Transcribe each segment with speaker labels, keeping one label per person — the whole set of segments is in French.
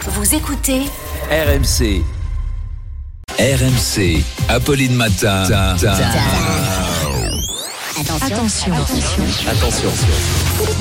Speaker 1: Vous écoutez
Speaker 2: RMC. RMC. Apolline Matin.
Speaker 3: Attention.
Speaker 2: Attention.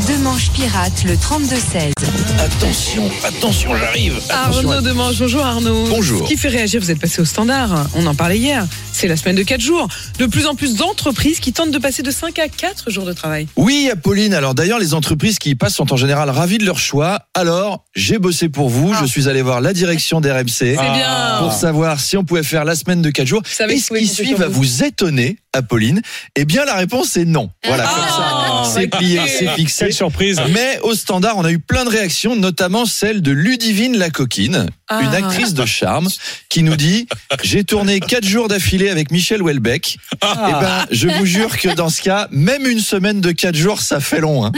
Speaker 3: Deux manches pirates, le 32-16.
Speaker 2: Attention. Attention, j'arrive. Attention.
Speaker 4: Arnaud Demange, bonjour Arnaud.
Speaker 2: Bonjour.
Speaker 4: Ce qui fait réagir, vous êtes passé au standard, on en parlait hier, c'est la semaine de 4 jours. De plus en plus d'entreprises qui tentent de passer de 5 à 4 jours de travail.
Speaker 5: Oui, Apolline. Alors d'ailleurs, les entreprises qui y passent sont en général ravies de leur choix. Alors, j'ai bossé pour vous. Je suis allé voir la direction d'RMC
Speaker 4: C'est bien.
Speaker 5: pour savoir si on pouvait faire la semaine de 4 jours.
Speaker 4: Ah. Vous savez
Speaker 5: Et ce
Speaker 4: que vous
Speaker 5: qui
Speaker 4: pouvez
Speaker 5: suit
Speaker 4: compter
Speaker 5: va
Speaker 4: sur
Speaker 5: vous étonner, Apolline. Eh bien, la réponse est non. Voilà,
Speaker 4: Ah.
Speaker 5: comme ça, c'est plié, c'est fixé.
Speaker 6: Quelle surprise
Speaker 5: Mais au standard, on a eu plein de réactions, notamment celle de Ludivine la coquine,
Speaker 4: Ah.
Speaker 5: une actrice de charme, qui nous dit J'ai tourné quatre jours d'affilée avec Michel Houellebecq.
Speaker 6: Ah.
Speaker 5: Eh ben, je vous jure que dans ce cas, même une semaine de quatre jours, ça fait long. hein.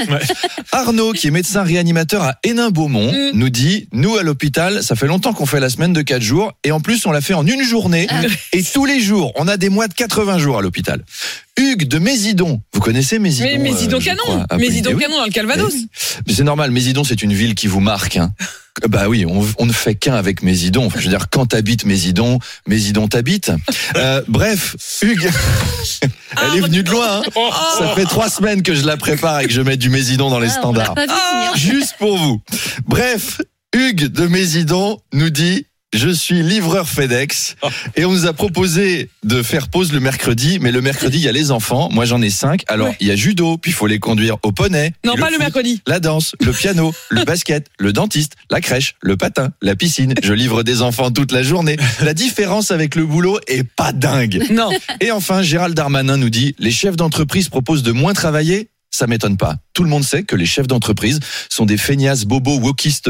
Speaker 5: Arnaud, qui est médecin réanimateur à Hénin-Beaumont,
Speaker 4: Mm.
Speaker 5: nous dit Nous, à l'hôpital, ça fait longtemps qu'on fait la semaine de quatre jours, et en plus, on l'a fait en une journée,
Speaker 4: Ah
Speaker 5: et tous les jours. On a des mois de 80 jours à l'hôpital. Hugues de Mésidon, vous connaissez Mésidon
Speaker 4: Mais, mais dis donc
Speaker 5: euh, je
Speaker 4: canon
Speaker 5: crois, à
Speaker 4: Mais dis
Speaker 5: Polynésie.
Speaker 4: donc canon dans le
Speaker 5: Eh
Speaker 4: Calvados
Speaker 5: Mais c'est normal, Mésidon, c'est une ville qui vous marque. hein. Bah oui, on, on ne fait qu'un avec Mésidon. Enfin, je veux dire, quand t'habites Mésidon, Mésidon t'habite. Euh, bref, Hugues,
Speaker 4: Ah,
Speaker 5: elle est venue de loin. hein.
Speaker 4: Oh.
Speaker 5: Ça fait trois semaines que je la prépare et que je mets du Mésidon dans les standards.
Speaker 4: bah. Ah.
Speaker 5: Juste pour vous. Bref, Hugues de Mésidon nous dit Je suis livreur FedEx et on nous a proposé de faire pause le mercredi, mais le mercredi, il y a les enfants. Moi, j'en ai cinq. Alors, il y a judo, puis il faut les conduire au poney.
Speaker 4: Non,
Speaker 5: puis
Speaker 4: pas le
Speaker 5: foot,
Speaker 4: mercredi.
Speaker 5: la danse, le piano, le basket, le dentiste, la crèche, le patin, la piscine. Je livre des enfants toute la journée. La différence avec le boulot est pas dingue.
Speaker 4: Non.
Speaker 5: Et enfin, Gérald Darmanin nous dit les chefs d'entreprise proposent de moins travailler. Ça m'étonne pas. Tout le monde sait que les chefs d'entreprise sont des feignasses bobos wokistes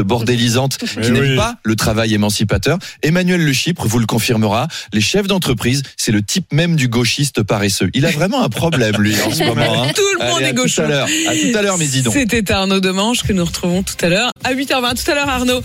Speaker 5: bordélisantes
Speaker 6: Mais
Speaker 5: qui n'aiment
Speaker 6: oui.
Speaker 5: pas le travail émancipateur. Emmanuel Le Chypre vous le confirmera. Les chefs d'entreprise, c'est le type même du gauchiste paresseux. Il a vraiment un problème, lui, en ce moment. hein.
Speaker 4: Tout le monde
Speaker 5: Allez, à
Speaker 4: est
Speaker 5: tout
Speaker 4: gauchon.
Speaker 5: à l'heure. À tout à l'heure, mes idons.
Speaker 4: C'était Arnaud Demange que nous retrouvons tout à l'heure à 8h20. Tout à l'heure Arnaud.